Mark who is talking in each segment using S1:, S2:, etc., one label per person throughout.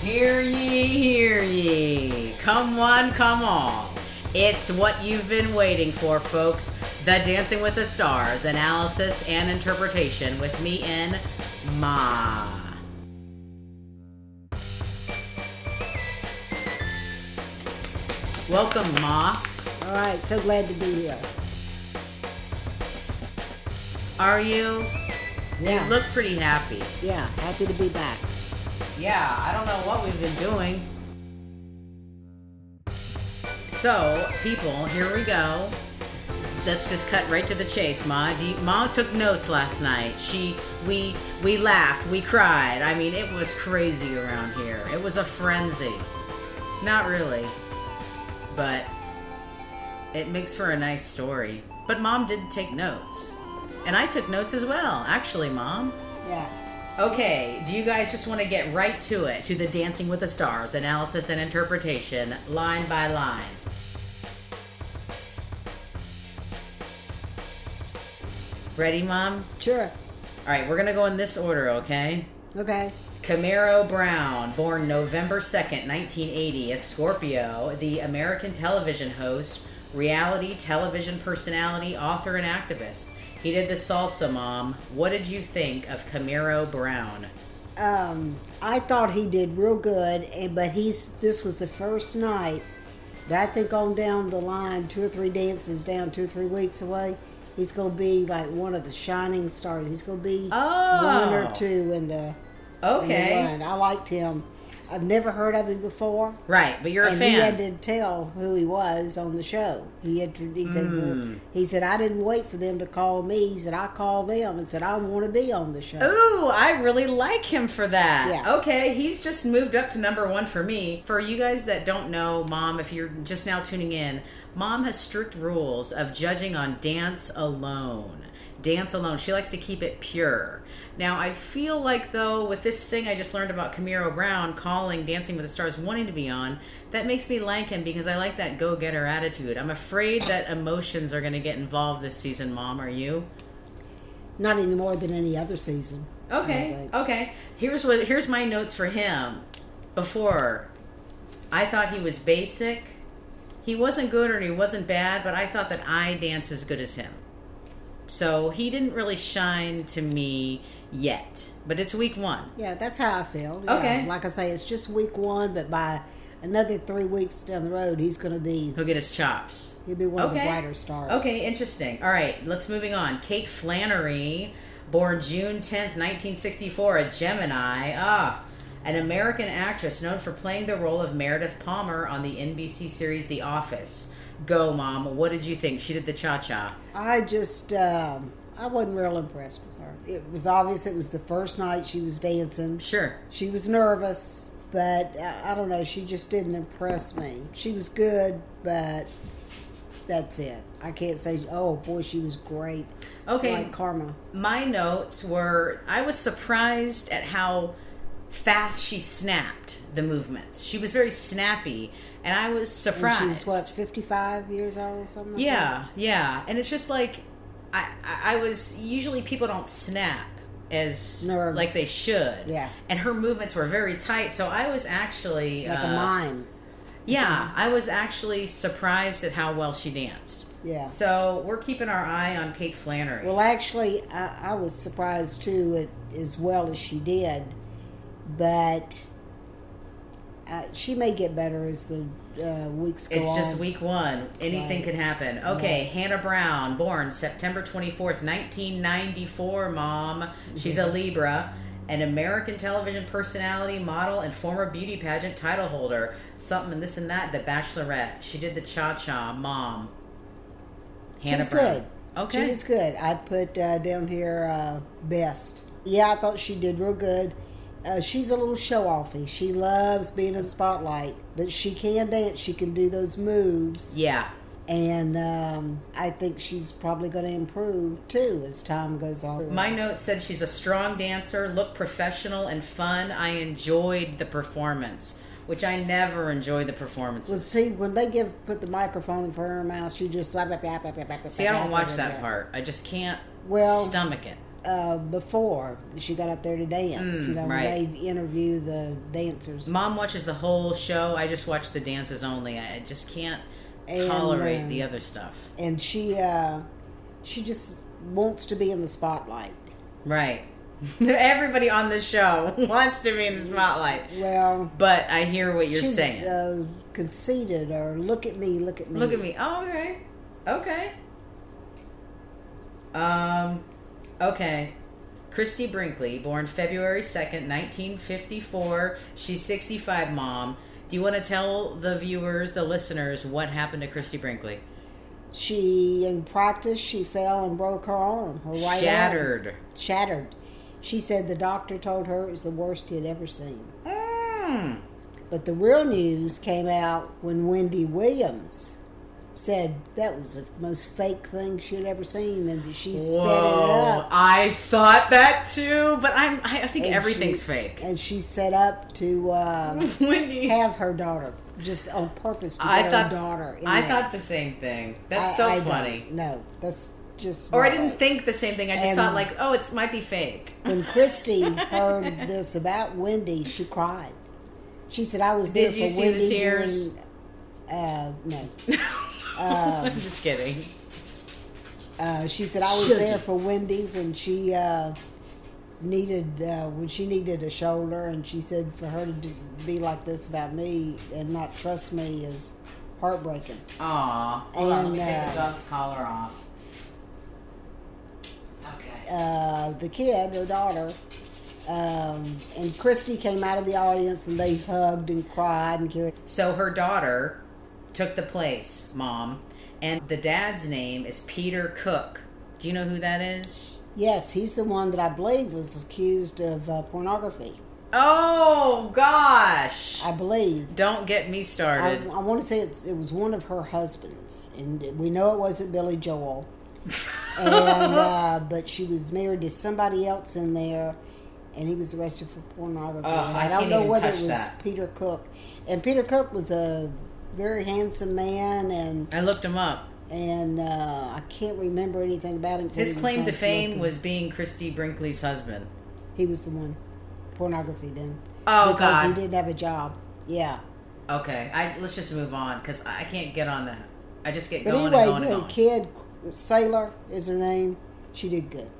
S1: Hear ye, hear ye. Come one, come all. It's what you've been waiting for, folks. The Dancing with the Stars analysis and interpretation with me and Ma. Welcome, Ma.
S2: All right, so glad to be here.
S1: Are you?
S2: Yeah,
S1: You look pretty happy.
S2: yeah, happy to be back.
S1: Yeah, I don't know what we've been doing. So, people, here we go. Let's just cut right to the chase, Ma. Do you, Ma took notes last night. She, we, we laughed, we cried. I mean, it was crazy around here. It was a frenzy. Not really, but it makes for a nice story. But Mom did take notes, and I took notes as well. Actually, Mom.
S2: Yeah,
S1: Okay, do you guys just want to get right to it, to the Dancing with the Stars analysis and interpretation, line by line? Ready, Mom?
S2: sure.
S1: All right, we're going to go in this order, okay?
S2: Okay.
S1: Camaro Brown, born November 2nd, 1980, a Scorpio, the American television host, reality television personality, author, and activist. He did the salsa, Mom. What did you think of Camaro Brown?
S2: Um, I thought he did real good, and but he's this was the first night that I think on down the line, two or three dances down, two or three weeks away, he's gonna be like one of the shining stars. He's gonna be one
S1: Oh.
S2: or two in the in the
S1: Okay.
S2: run. I liked him. I've never heard of him before.
S1: Right, but you're a
S2: and he
S1: fan.
S2: had to tell who he was on the show. He had to, he said
S1: Hmm.
S2: well, he said I didn't wait for them to call me. He said I called them and said I want to be on the show.
S1: Ooh, I really like him for that.
S2: Yeah.
S1: Okay, he's just moved up to number one for me. For you guys that don't know, Mom, if you're just now tuning in, Mom has strict rules of judging on dance alone. Dance alone. She likes to keep it pure. Now, I feel like, though, with this thing I just learned about Camaro Brown calling Dancing with the Stars wanting to be on, that makes me like him because I like that go getter attitude. I'm afraid that emotions are going to get involved this season, Mom. Are you?
S2: Not any more than any other season.
S1: Okay.
S2: Like,
S1: Okay. Here's what here's my notes for him. Before I thought he was basic. He wasn't good or he wasn't bad, but I thought that I dance as good as him. So he didn't really shine to me yet. But it's week 1.
S2: Yeah, that's how I feel. Yeah,
S1: Okay.
S2: Like I say, it's just week one, but by another three weeks down the road, he's going to be
S1: He'll get his chops.
S2: he'll be one of the brighter stars.
S1: Okay, interesting. All right, let's moving on. Kate Flannery, born June 10th, 1964, a Gemini. Ah, an American actress known for playing the role of Meredith Palmer on the NBC series The Office. Go, Mom. What did you think? She did the cha cha.
S2: I just um, I wasn't real impressed with her. It was obvious it was the first night she was dancing.
S1: Sure.
S2: She was nervous, but I, I don't know. She just didn't impress me. She was good, but that's it. I can't say, oh boy, she was great.
S1: Okay.
S2: Like Karma.
S1: my notes were I was surprised at how fast she snapped the movements. She was very snappy, and I was
S2: And
S1: surprised.
S2: she's what, 55 years old or something? like that?
S1: Yeah, yeah, and it's just like I, I I was usually people don't snap as
S2: Nerves.
S1: like they should.
S2: Yeah.
S1: and her movements were very tight, so I was actually
S2: Like
S1: uh,
S2: a mime.
S1: Yeah, I was actually surprised at how well she danced.
S2: Yeah.
S1: So we're keeping our eye on Kate Flannery.
S2: Well, actually, I, I was surprised too, at, as well as she did, but uh, she may get better as the uh, weeks go
S1: it's
S2: on.
S1: just week one. Anything
S2: Right.
S1: can happen. Okay, Hannah Brown, born September 24th, 1994, mom. She's
S2: Mm-hmm.
S1: a Libra, an American television personality, model, and former beauty pageant title holder. Something and this and that, The Bachelorette. She did the cha cha, mom.
S2: She was good.
S1: Okay.
S2: She was good. I put uh, down here uh, best. Yeah, I thought she did real good. Uh, she's a little show offy. She loves being in the spotlight, but she can dance. She can do those moves.
S1: yeah.
S2: And um, I think she's probably going to improve too as time goes on.
S1: My note said she's a strong dancer, looked professional and fun. I enjoyed the performance, which I never enjoy the performances.
S2: well, see, when they give put the microphone in front of her mouth, she just. Blah, blah, blah, blah, blah, blah,
S1: See, I don't watch that part. I just can't
S2: Well-
S1: stomach it.
S2: uh, before she got up there to dance. you know,
S1: Mm,
S2: when
S1: right.
S2: they interview the dancers.
S1: Mom watches the whole show. I just watch the dances only. I I just can't
S2: And,
S1: tolerate
S2: um,
S1: the other stuff.
S2: and she uh, she just wants to be in the spotlight.
S1: Right. Everybody on the show wants to be in the spotlight.
S2: Well,
S1: But I hear what you're
S2: she's
S1: saying.
S2: Uh, conceited or look at me, look at me.
S1: Look at me. Oh, okay. Okay. Um, okay. Christy Brinkley, born February 2nd, 1954. She's 65, mom. Do you want to tell the viewers, the listeners, what happened to Christy Brinkley?
S2: She in practice she fell and broke her arm, her right arm.
S1: Shattered.
S2: Shattered. She said the doctor told her it was the worst he had ever seen.
S1: Mm.
S2: But the real news came out when Wendy Williams said that was the most fake thing she had ever seen, and that she set it
S1: Whoa.
S2: up.
S1: I thought that too, but I'm, I I think
S2: And
S1: everything's
S2: she-
S1: fake.
S2: And she set up to uh,
S1: Wendy.
S2: have her daughter just on purpose to
S1: I
S2: get
S1: thought
S2: her daughter. In
S1: I
S2: there.
S1: thought the same thing. That's
S2: I-
S1: so
S2: I don't
S1: funny.
S2: know. that's just.
S1: Or I
S2: not
S1: didn't
S2: right.
S1: think the same thing. I just
S2: And- Um,
S1: thought like, oh, it's might be fake.
S2: When Christy heard this about Wendy, she cried. She said, "I was there
S1: Did
S2: for
S1: you see the
S2: Wendy."
S1: tears?
S2: during- uh, no.
S1: I'm just kidding.
S2: Uh, she said, "I was
S1: Sugar.
S2: there for Wendy when she uh, needed uh, when she needed a shoulder," and she said, "For her to do, be like this about me and not trust me is heartbreaking."
S1: Aw. Hold on, let me
S2: And,
S1: take the
S2: uh,
S1: dog's collar off. Okay.
S2: uh, the kid, her daughter, um, and Christy came out of the audience and they hugged and cried and carried.
S1: So her daughter took the place, mom, and the dad's name is Peter Cook. Do you know who that is?
S2: Yes, he's the one that I believe was accused of uh, pornography.
S1: Oh gosh.
S2: I believe.
S1: Don't get me
S2: I,
S1: started.
S2: I want to say it's, it was one of her husbands, and we know it wasn't Billy Joel. and uh, but she was married to somebody else in there, and he was arrested for pornography.
S1: Ugh,
S2: And
S1: I
S2: don't
S1: can't
S2: know
S1: even
S2: whether
S1: touch
S2: it was
S1: that.
S2: Peter Cook, and Peter Cook was a very handsome man, and
S1: I looked him up.
S2: and uh, I can't remember anything about him.
S1: His claim to fame
S2: was
S1: was being Christy Brinkley's husband.
S2: he was the one pornography then.
S1: Oh,
S2: because
S1: God.
S2: he didn't have a job. Yeah,
S1: Okay, I let's just move on because I can't get on that. I just get
S2: but
S1: going and going
S2: anyway,
S1: and
S2: the
S1: going.
S2: kid Sailor is her name. She did good.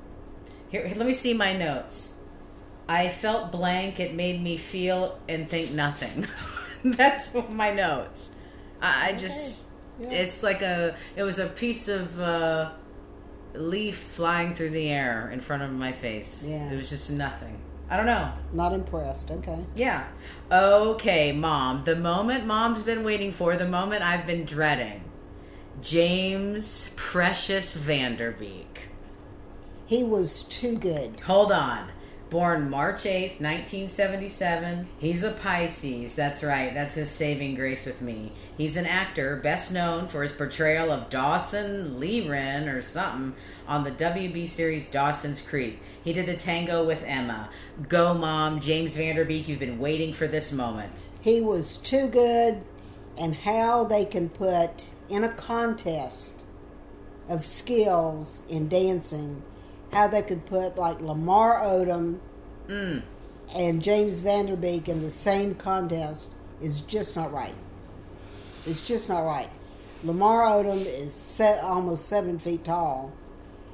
S1: Here, let me see my notes. I felt blank. It made me feel and think nothing. That's my notes. I, I just,
S2: Okay, yeah.
S1: it's like a, it was a piece of uh, leaf flying through the air in front of my face.
S2: Yeah.
S1: It was just nothing. I don't know.
S2: Not impressed. Okay.
S1: Yeah. Okay, mom. The moment mom's been waiting for, the moment I've been dreading. James Precious Vanderbeek.
S2: He was too good.
S1: Hold on. Born March 8th, 1977. He's a Pisces. That's right. That's his saving grace with me. He's an actor best known for his portrayal of Dawson Learen or something on the WB series Dawson's Creek. He did the tango with Emma. Go, Mom. James Vanderbeek, you've been waiting for this moment.
S2: He was too good, and how they can put in a contest of skills in dancing, how they could put like Lamar Odom and James Vanderbeek in the same contest is just not right. It's just not right. Lamar Odom is se- almost seven feet tall,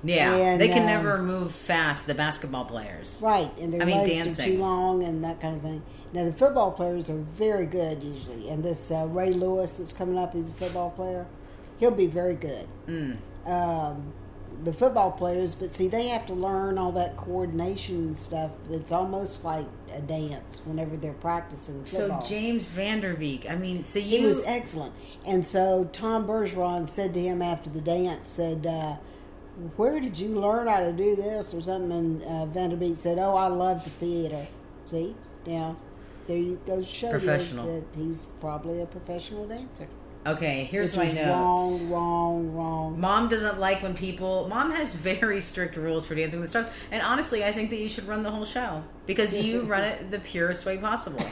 S1: Yeah,
S2: And,
S1: they can
S2: um,
S1: never move fast. The basketball players.
S2: right? And their
S1: I mean,
S2: legs are
S1: dancing.
S2: too long and that kind of thing. Now the football players are very good usually, and this uh, Ray Lewis that's coming up, he's a football player. He'll be very good.
S1: Mm.
S2: Um, the football players, but see, they have to learn all that coordination and stuff. It's almost like a dance whenever they're practicing
S1: So
S2: football.
S1: James Vanderbeek. I mean, so you
S2: He was excellent. And so Tom Bergeron said to him after the dance, said, uh, where did you learn how to do this or something? And uh, Vanderbeek said, oh, I love the theater. See? Now, there you go. Show you
S1: Professional.
S2: that he's probably a professional dancer.
S1: okay. Here's
S2: Which
S1: my
S2: is
S1: notes.
S2: wrong, wrong, wrong.
S1: Mom doesn't like when people. Mom has very strict rules for Dancing with the Stars, and honestly, I think that you should run the whole show because you run it the purest way possible.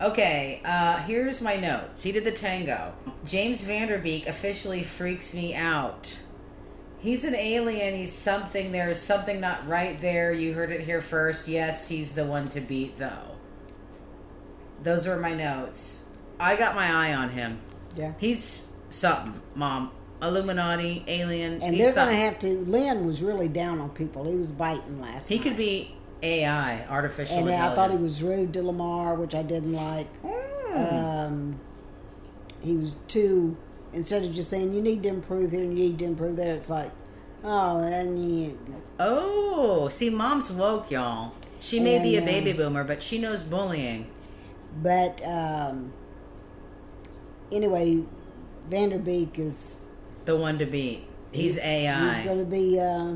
S1: Okay, uh, here's my notes. He did the tango. James Vanderbeek officially freaks me out. He's an alien. He's something. There's something not right there. You heard it here first. Yes, he's the one to beat, though. Those were my notes. I got my eye on him.
S2: Yeah.
S1: He's something, Mom. Illuminati, alien.
S2: And
S1: he's
S2: they're
S1: something.
S2: going to have to. Lynn was really down on people. He was biting last
S1: He
S2: night.
S1: could be AI, artificial
S2: And I
S1: intelligence.
S2: thought he was rude to Lamar, which I didn't like.
S1: Mm.
S2: Um, he was too. Instead of just saying you need to improve here and you need to improve there, it's like, oh, and you,
S1: Oh, see, Mom's woke, y'all. She may
S2: Yeah,
S1: be a
S2: yeah.
S1: baby boomer, but she knows bullying.
S2: but um, anyway, Vanderbeek is
S1: The one to beat. He's, AI.
S2: He's going to be uh,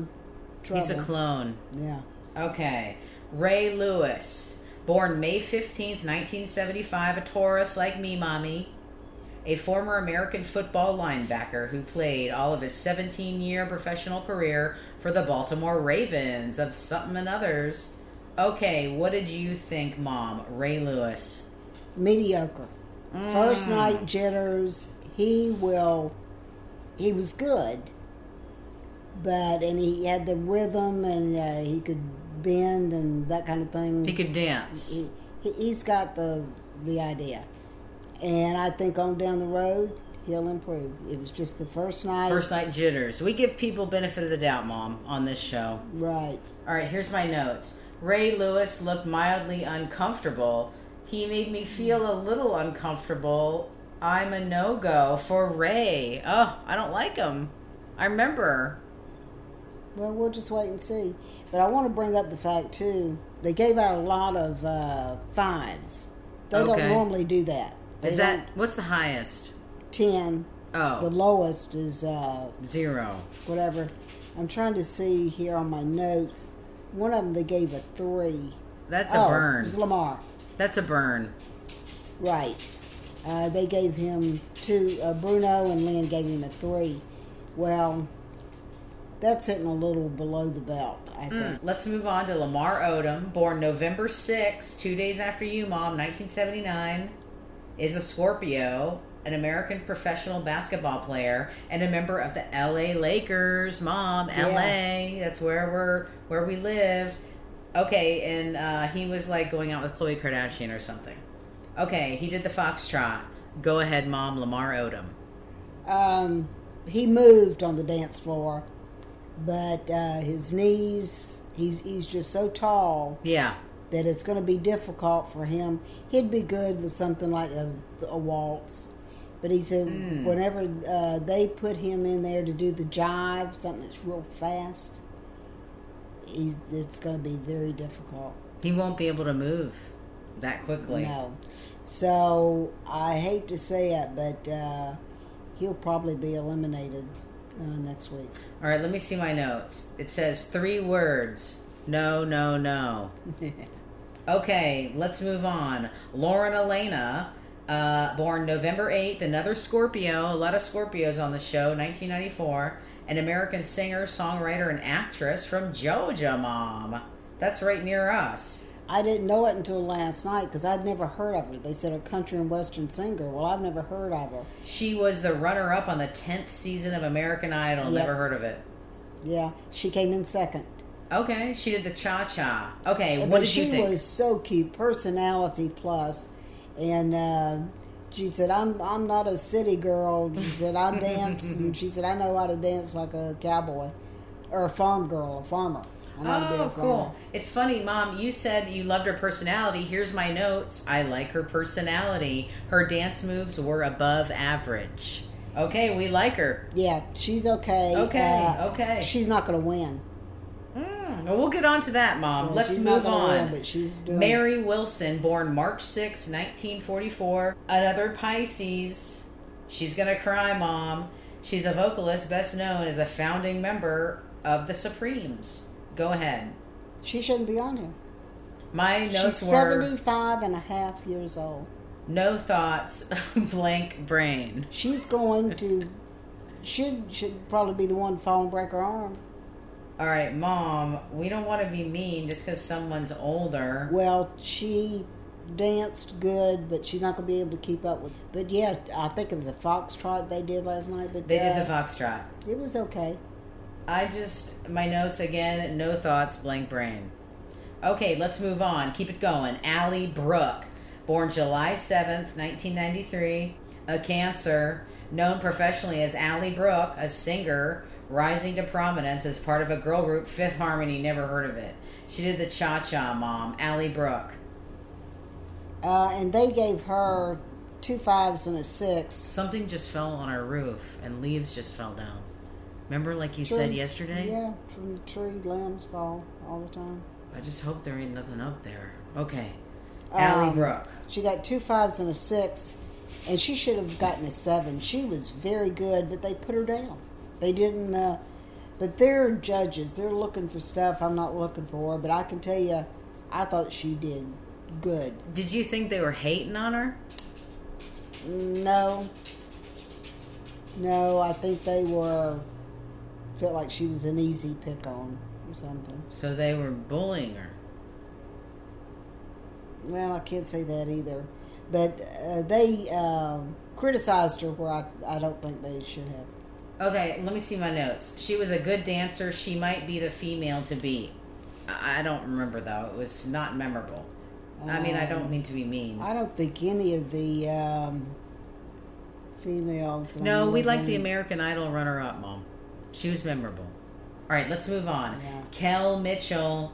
S2: trouble.
S1: he's a clone.
S2: yeah.
S1: Okay. Ray Lewis, born May 15th, 1975, a Taurus like me, mommy. A former American football linebacker who played all of his 17 year professional career for the Baltimore Ravens of something and others. Okay, what did you think, Mom? Ray Lewis.
S2: mediocre.
S1: Mm.
S2: First night jitters. He will. He was good, but and he had the rhythm and uh, he could bend and that kind of thing.
S1: He could dance.
S2: He, he- he's got the the idea, and I think on down the road he'll improve. It was just the first night,
S1: First night jitters. We give people benefit of the doubt, Mom, on this show.
S2: right?
S1: All right, here's my notes. Ray Lewis looked mildly uncomfortable. He made me feel a little uncomfortable. I'm a no go for Ray. Oh, I don't like him. I remember.
S2: Well, we'll just wait and see. But I want to bring up the fact too. They gave out a lot of uh, fives. They
S1: Okay.
S2: don't normally do that. They
S1: Is
S2: don't-
S1: that what's the highest?
S2: 10 the
S1: Oh,
S2: lowest is uh,
S1: zero.
S2: whatever i'm trying to see here on my notes one of them they gave a three
S1: That's a
S2: Oh, it
S1: burn.
S2: was lamar
S1: That's a burn.
S2: right uh, they gave him two uh, bruno and lynn gave him a three well that's hitting a little below the belt i
S1: Mm.
S2: think
S1: Let's move on to Lamar Odom, born November 6, two days after you, Mom, 1979, is a Scorpio, an American professional basketball player, and a member of the LA Lakers. Mom, LA, that's where we're where we live. Okay, and uh, he was like going out with Khloe Kardashian or something. Okay, he did the foxtrot. Go ahead, Mom, Lamar Odom.
S2: um, he moved on the dance floor but uh, his knees he's, he's just so tall
S1: Yeah,
S2: that it's going to be difficult for him. He'd be good with something like a, a waltz. But he said whenever uh, they put him in there to do the jive, something that's real fast, he's, it's going to be very difficult.
S1: he won't be able to move that quickly.
S2: No. So I hate to say it, but uh, he'll probably be eliminated uh, next week.
S1: All right, let me see my notes. It says three words. No, no, no. okay, let's move on. Lauren Elena, uh, born November 8th, another Scorpio, a lot of Scorpios on the show, 1994, an American singer, songwriter, and actress from Georgia, Mom. That's right near us.
S2: I didn't know it until last night because I'd never heard of her. They said a country and western singer. Well, I've never heard of her.
S1: She was the runner up on the 10th season of American Idol.
S2: Yep.
S1: Never heard of it.
S2: Yeah, she came in second.
S1: Okay, she did the cha cha. Okay, what
S2: but
S1: did
S2: she
S1: you think?
S2: was so cute, personality plus, and uh, she said, "I'm I'm not a city girl." She said, "I dance," and she said, "I know how to dance like a cowboy, or a farm girl, a farmer." I'm not a
S1: Oh,
S2: big farmer.
S1: cool. It's funny, Mom. You said you loved her personality. Here's my notes. I like her personality. Her dance moves were above average. Okay, we like her.
S2: Yeah, she's okay.
S1: Okay,
S2: Uh,
S1: okay.
S2: She's not going to win.
S1: Mm, well, we'll get on to that, Mom.
S2: Uh,
S1: Let's
S2: she's not
S1: move
S2: gonna
S1: on.
S2: win, but she's doing.
S1: Mary Wilson, born March 6, 1944, another Pisces. She's gonna cry, Mom. She's a vocalist best known as a founding member of the Supremes. Go ahead.
S2: She shouldn't be on here.
S1: My notes
S2: She's
S1: were
S2: 75 and a half years old.
S1: no thoughts, blank brain.
S2: She's going to. Should should probably be the one to fall and break her arm.
S1: All right, mom, we don't want to be mean just because someone's older.
S2: Well, she danced good, but she's not going to be able to keep up with. But yeah, I think it was a foxtrot they did last night. But
S1: They
S2: uh,
S1: did the foxtrot.
S2: It was okay.
S1: I just my notes again. No thoughts. Blank brain. Okay, let's move on. Keep it going. Allie Brooke, born July seventh, nineteen ninety three, a Cancer, known professionally as Allie Brooke, a singer rising to prominence as part of a girl group, Fifth Harmony. Never heard of it. She did the Cha Cha Mom. Allie Brooke.
S2: Uh, and they gave her two fives and a six.
S1: Something just fell on our roof, and leaves just fell down. Remember, like you said
S2: Tree-
S1: yesterday.
S2: Yeah, from the tree, limbs fall all the time.
S1: I just hope there ain't nothing up there. Okay. Allie
S2: Um,
S1: Brooke.
S2: She got two fives and a six, and she should have gotten a seven. She was very good, but they put her down. They didn't. Uh, but they're judges. They're looking for stuff I'm not looking for. But I can tell you, I thought she did good.
S1: Did you think they were hating on her?
S2: No. No, I think they were. Felt like she was an easy pick on or something.
S1: So they were bullying her.
S2: Well, I can't say that either. But uh, they um, criticized her where I, I don't think they should have.
S1: Okay, let me see my notes. She was a good dancer. She might be the female to be. I I don't remember though. It was not memorable. I mean, I
S2: Um,
S1: don't mean to be mean.
S2: I don't think any of the um, females.
S1: No, we like
S2: like
S1: the American Idol runner-up, Mom. She was memorable. All right, let's move on.
S2: Yeah.
S1: Kel Mitchell,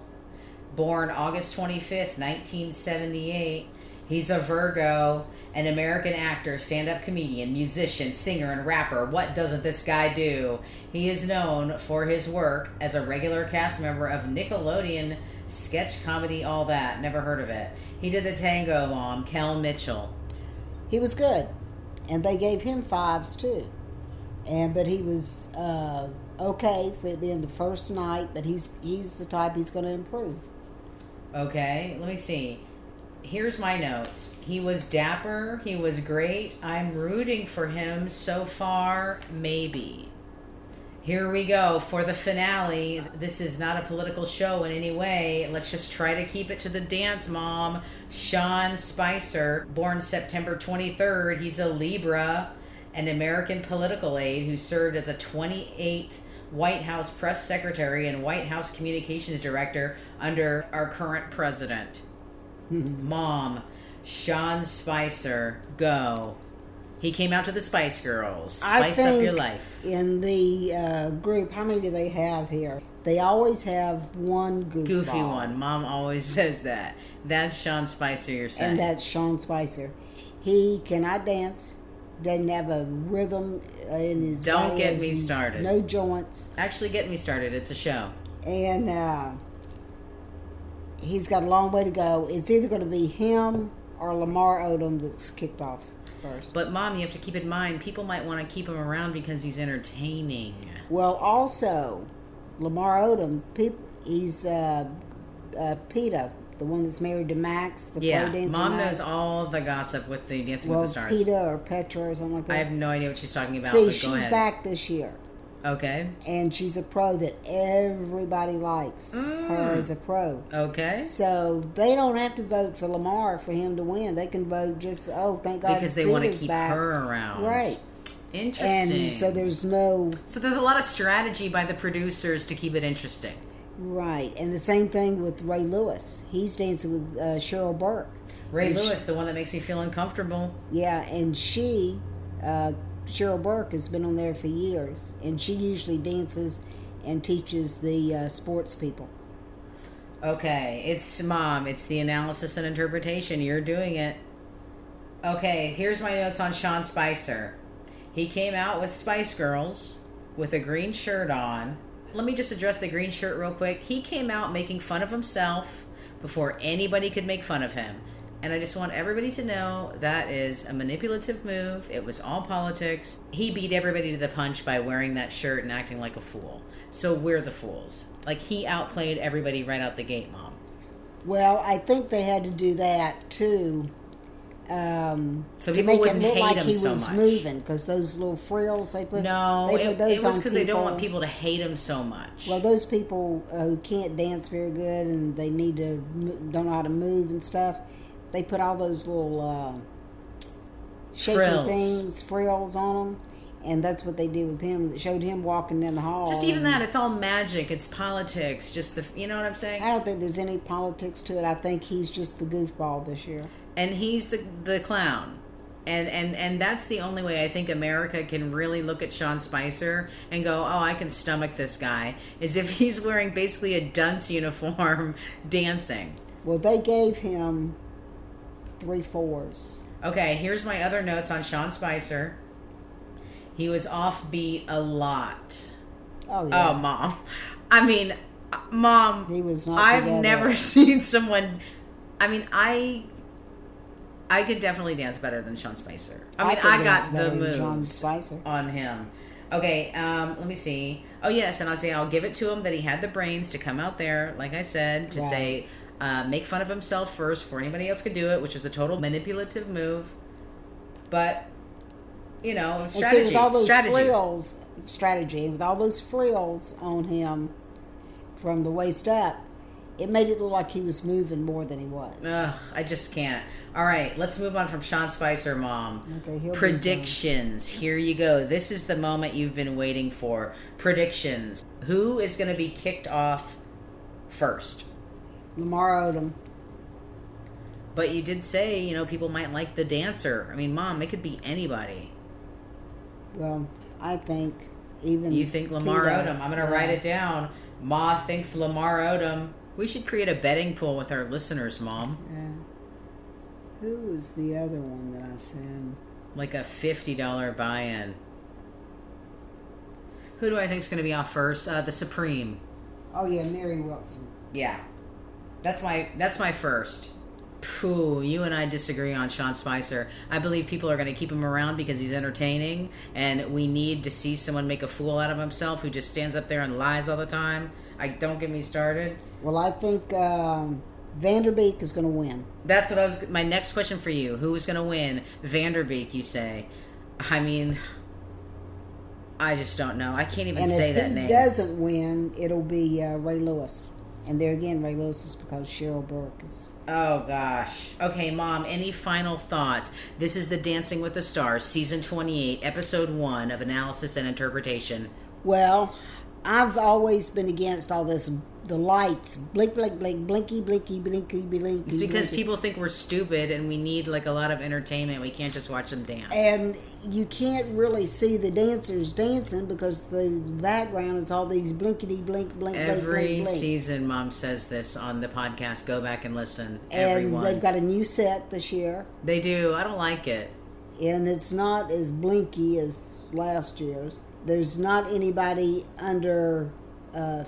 S1: born August 25th, 1978. He's a Virgo, an American actor, stand-up comedian, musician, singer, and rapper. What doesn't this guy do? He is known for his work as a regular cast member of Nickelodeon sketch comedy All That. Never heard of it. He did the tango, Mom. Kel Mitchell.
S2: He was good, and they gave him fives too, and but he was uh, okay for it being the first night. But he's he's the type he's going to improve.
S1: Okay, let me see. Here's my notes. He was dapper. He was great. I'm rooting for him so far, maybe. Here we go for the finale. This is not a political show in any way. Let's just try to keep it to the dance, Mom. Sean Spicer, born September 23rd, he's a Libra, an American political aide who served as a 28th White House press secretary and White House communications director under our current president. Mom, Sean Spicer, go. He came out to the Spice Girls.
S2: I
S1: Spice up your
S2: think
S1: life.
S2: In the uh, group, how many do they have here? They always have one goofball,
S1: goofy one. Mom always says that. That's Sean Spicer, you're saying.
S2: and that's Sean Spicer. He cannot dance. Doesn't have a rhythm uh, in his.
S1: Don't
S2: body,
S1: get
S2: has
S1: me started.
S2: No joints.
S1: Actually, get me started. It's a show.
S2: and uh, he's got a long way to go. It's either going to be him or Lamar Odom that's kicked off first.
S1: But, Mom, you have to keep in mind people might want to keep him around because he's entertaining.
S2: Well, also Lamar Odom, peop he's uh, uh, Peta, the one that's married to Max, the
S1: Yeah.
S2: pro dancer.
S1: Mom
S2: Max.
S1: knows all the gossip with the Dancing
S2: well,
S1: with the Stars.
S2: Peta or Petra or something like that.
S1: I have no idea what she's talking about,
S2: See,
S1: but
S2: she's
S1: go ahead.
S2: back this year,
S1: Okay.
S2: and she's a pro that everybody likes.
S1: Mm.
S2: Her as a pro.
S1: Okay.
S2: So they don't have to vote for Lamar for him to win. They can vote just oh thank God
S1: Because they want to
S2: Peter's
S1: keep
S2: back.
S1: her around.
S2: right.
S1: Interesting.
S2: And so there's no
S1: so there's a lot of strategy by the producers to keep it interesting.
S2: right. And the same thing with Ray Lewis. He's dancing with uh, Cheryl Burke.
S1: Ray
S2: And she-
S1: Lewis, the one that makes me feel uncomfortable.
S2: yeah, and she uh, Cheryl Burke has been on there for years, and she usually dances and teaches the uh, sports people.
S1: Okay, it's mom. It's the analysis and interpretation. You're doing it. Okay, here's my notes on Sean Spicer. He came out with Spice Girls with a green shirt on. Let me just address the green shirt real quick. He came out making fun of himself before anybody could make fun of him. And I just want everybody to know that is a manipulative move. It was all politics. He beat everybody to the punch by wearing that shirt and acting like a fool. So we're the fools. Like he outplayed everybody right out the gate, mom.
S2: Well, I think they had to do that too. Um,
S1: So
S2: to
S1: people
S2: make it
S1: wouldn't
S2: look
S1: hate
S2: like
S1: him
S2: he
S1: so
S2: was
S1: much.
S2: moving, because those little frills they put.
S1: No,
S2: they
S1: it,
S2: put those
S1: it was
S2: on
S1: because they don't want people to hate him so much.
S2: Well, those people uh, who can't dance very good and they need to m- don't know how to move and stuff, they put all those little uh, shaking
S1: Frills.
S2: things, frills on them, and that's what they did with him. It showed him walking down the hall.
S1: Just even that, it's all magic. It's politics. Just the, you know what I'm saying?
S2: I don't think there's any politics to it. I think he's just the goofball this year.
S1: and he's the the clown and and and that's the only way i think america can really look at sean spicer and go oh i can stomach this guy is if he's wearing basically a dunce uniform dancing
S2: Well, they gave him three fours.
S1: okay here's my other notes on sean spicer he was offbeat a lot
S2: Oh yeah,
S1: oh mom i mean uh, mom
S2: he was not.
S1: I've
S2: together.
S1: never seen someone. I mean, I I could definitely dance better than Sean Spicer. I mean,
S2: could
S1: I,
S2: dance
S1: got
S2: better
S1: the
S2: than John
S1: moves
S2: Spicer.
S1: on him. Okay, um, let me see. Oh yes, and I'll say I'll give it to him that he had the brains to come out there, like I said, to
S2: Right.
S1: say uh, make fun of himself first before anybody else could do it, which was a total manipulative move. But you know, it was
S2: And see,
S1: strategy,
S2: with all those
S1: strategy.
S2: frills, strategy, with all those frills on him from the waist up, it made it look like he was moving more than he was.
S1: Ugh, I just can't. All right, let's move on from Sean Spicer, Mom.
S2: Okay, he'll be
S1: predictions. Here you go. This is the moment you've been waiting for. Predictions. Who is going to be kicked off first?
S2: Lamar Odom.
S1: But you did say, you know, people might like the dancer. I mean, Mom, it could be anybody.
S2: Well, I think even
S1: You think Lamar
S2: Peter-
S1: Odom? I'm going to write it down. Ma thinks Lamar Odom. We should create a betting pool with our listeners, Mom.
S2: Yeah. Who was the other one that I said?
S1: Like a $50 buy in. Who do I think's going to be off first? Uh, the Supreme.
S2: Oh yeah, Mary Wilson.
S1: Yeah. That's my that's my first. Phew, you and I disagree on Sean Spicer. I believe people are going to keep him around because he's entertaining, and we need to see someone make a fool out of himself who just stands up there and lies all the time. I don't get me started.
S2: Well, I think um, Vanderbeek is going to win.
S1: That's what I was. My next question for you: Who is going to win? Vanderbeek, you say? I mean, I just don't know. I can't even
S2: And
S1: say
S2: if
S1: that
S2: he
S1: name.
S2: doesn't win, it'll be uh, Ray Lewis. And there again, Ray Lewis is because Cheryl Burke is.
S1: Oh gosh. Okay, mom, any final thoughts? This is the Dancing with the Stars season 28, episode 1 of analysis and interpretation.
S2: Well, I've always been against all this. The lights, blink, blink, blink, blinky, blinky, blinky, blinky.
S1: It's because
S2: blinky.
S1: people think we're stupid and we need like a lot of entertainment. We can't just watch them dance.
S2: And you can't really see the dancers dancing because the background is all these blinkety blink, blink, blink,
S1: Every
S2: blink, blink.
S1: season mom says this on the podcast. Go back and listen,
S2: and
S1: everyone.
S2: they've got a new set this year,
S1: they do. I don't like it.
S2: and it's not as blinky as last year's. There's not anybody under uh,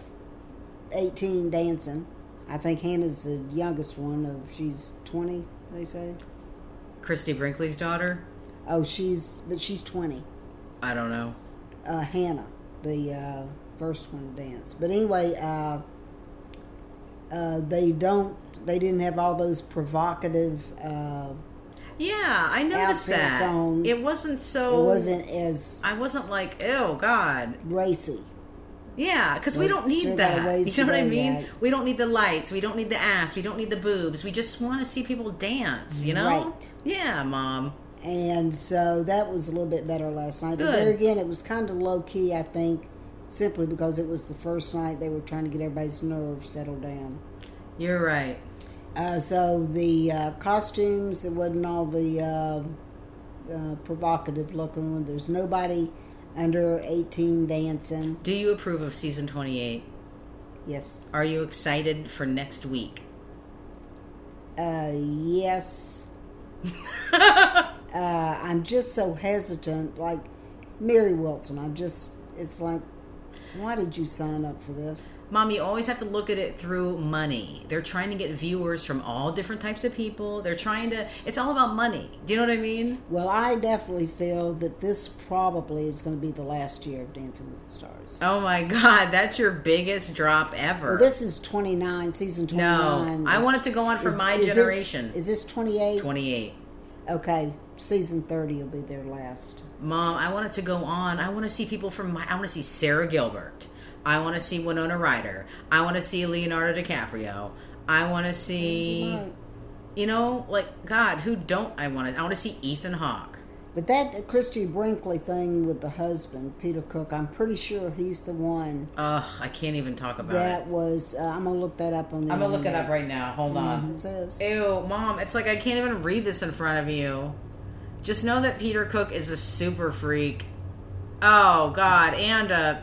S2: 18 dancing. I think Hannah's the youngest one. Of she's 20, they say.
S1: Christy Brinkley's daughter?
S2: Oh, she's but she's 20.
S1: I don't know.
S2: Uh, Hannah, the uh, first one to dance. But anyway, uh, uh, they don't. They didn't have all those provocative. Uh,
S1: Yeah, I noticed
S2: Outfits
S1: that.
S2: on.
S1: It wasn't
S2: it
S1: so
S2: wasn't as
S1: I wasn't like, "Ew, god."
S2: racy.
S1: Yeah, because we
S2: We
S1: don't need
S2: still got
S1: that.
S2: ways
S1: You know
S2: to
S1: what I
S2: go
S1: mean?
S2: yet.
S1: We don't need the lights. We don't need the ass. We don't need the boobs. We just want to see people dance. You know?
S2: Right.
S1: Yeah, mom.
S2: And so that was a little bit better last night. But
S1: Good.
S2: there again, it was kind of low key, I think, simply because it was the first night they were trying to get everybody's nerves settled down.
S1: You're right.
S2: Uh, so the uh, costumes, it wasn't all the uh, uh, provocative looking one. There's nobody under 18 dancing.
S1: Do you approve of season 28?
S2: Yes.
S1: Are you excited for next week?
S2: Uh, yes. uh, I'm just so hesitant. Like Mary Wilson, I'm just, it's like, why did you sign up for this?
S1: Mom, you always have to look at it through money. They're trying to get viewers from all different types of people. They're trying to, it's all about money. Do you know what I mean?
S2: Well, I definitely feel that this probably is going to be the last year of Dancing with the Stars.
S1: Oh my God, that's your biggest drop ever.
S2: Well, this is 29, season 29.
S1: no, I want it to go on for
S2: Is-
S1: my
S2: is this-
S1: generation.
S2: is this 28?
S1: 28.
S2: Okay, season 30 will be their last.
S1: Mom, I want it to go on. I want to see people from my. I want to see Sarah Gilbert. I want to see Winona Ryder. I want to see Leonardo DiCaprio. I want to see,
S2: Right.
S1: you know, like God, who don't I want to? I want to see Ethan Hawke.
S2: But that Christy Brinkley thing with the husband, Peter Cook, I'm pretty sure he's the one
S1: Ugh, I can't even talk about
S2: that
S1: it.
S2: was. Uh, I'm gonna look that up on the.
S1: I'm gonna look it
S2: internet.
S1: up right now. Hold on.
S2: It says
S1: Ew, mom, it's like I can't even read this in front of you. Just know that Peter Cook is a super freak. Oh God, and uh,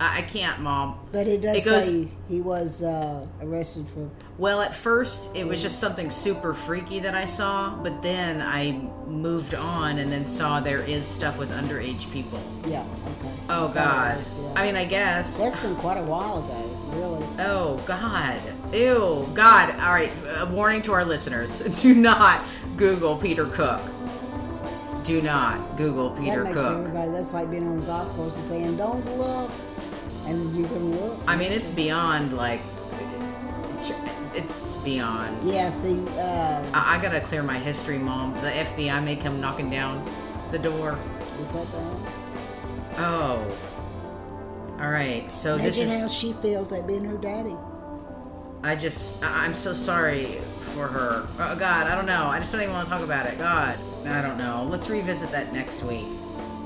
S1: I I can't, mom.
S2: But it does
S1: It goes-
S2: say he was uh, arrested for.
S1: Well, at first it was just something super freaky that I saw, but then I moved on and then saw there is stuff with underage people.
S2: Yeah. Okay.
S1: Oh God. I mean, I guess.
S2: that's been quite a while ago, really.
S1: Oh God. Ew. God. All right. A warning to our listeners: Do not Google Peter Cook. Do not Google Peter
S2: that makes
S1: Cook.
S2: everybody. That's like being on a golf course and saying, "Don't look," and you can look.
S1: I mean, it's beyond like. It's beyond.
S2: Yeah. See. Uh,
S1: I, I gotta clear my history, Mom. The FBI may come knocking down the door.
S2: is that bad?
S1: Oh. All right. So Oh, this
S2: Imagine
S1: is.
S2: how she feels at being her daddy.
S1: I just, I- I'm so sorry for her. Oh, God, I don't know. I just don't even want to talk about it. God, I don't know. Let's revisit that next week.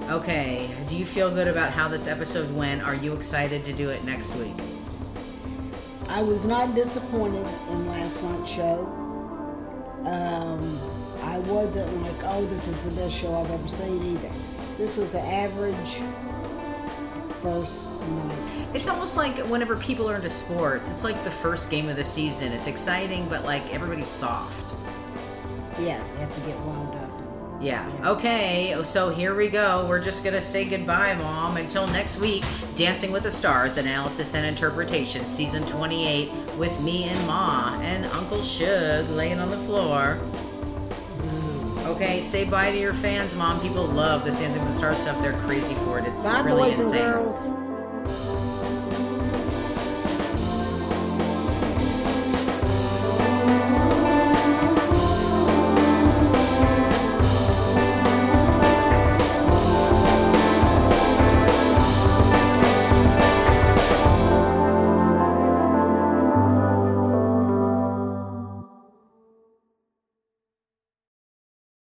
S1: Okay, do you feel good about how this episode went? Are you excited to do it next week?
S2: I was not disappointed in last night's show. Um, I wasn't like, oh, this is the best show I've ever seen either. This was an average first night.
S1: It's almost like whenever people are into sports, it's like the first game of the season. It's exciting, but like everybody's soft.
S2: Yeah, you have to get wound up.
S1: Yeah. Okay, so here we go. We're just going to say goodbye, Mom. Until next week, Dancing with the Stars Analysis and Interpretation, Season 28, with me and Ma and Uncle Suge laying on the floor. Mm. Okay, say bye to your fans, Mom. People love this Dancing with the Stars stuff. They're crazy for it. It's
S2: Bye,
S1: really
S2: boys
S1: insane.
S2: and girls.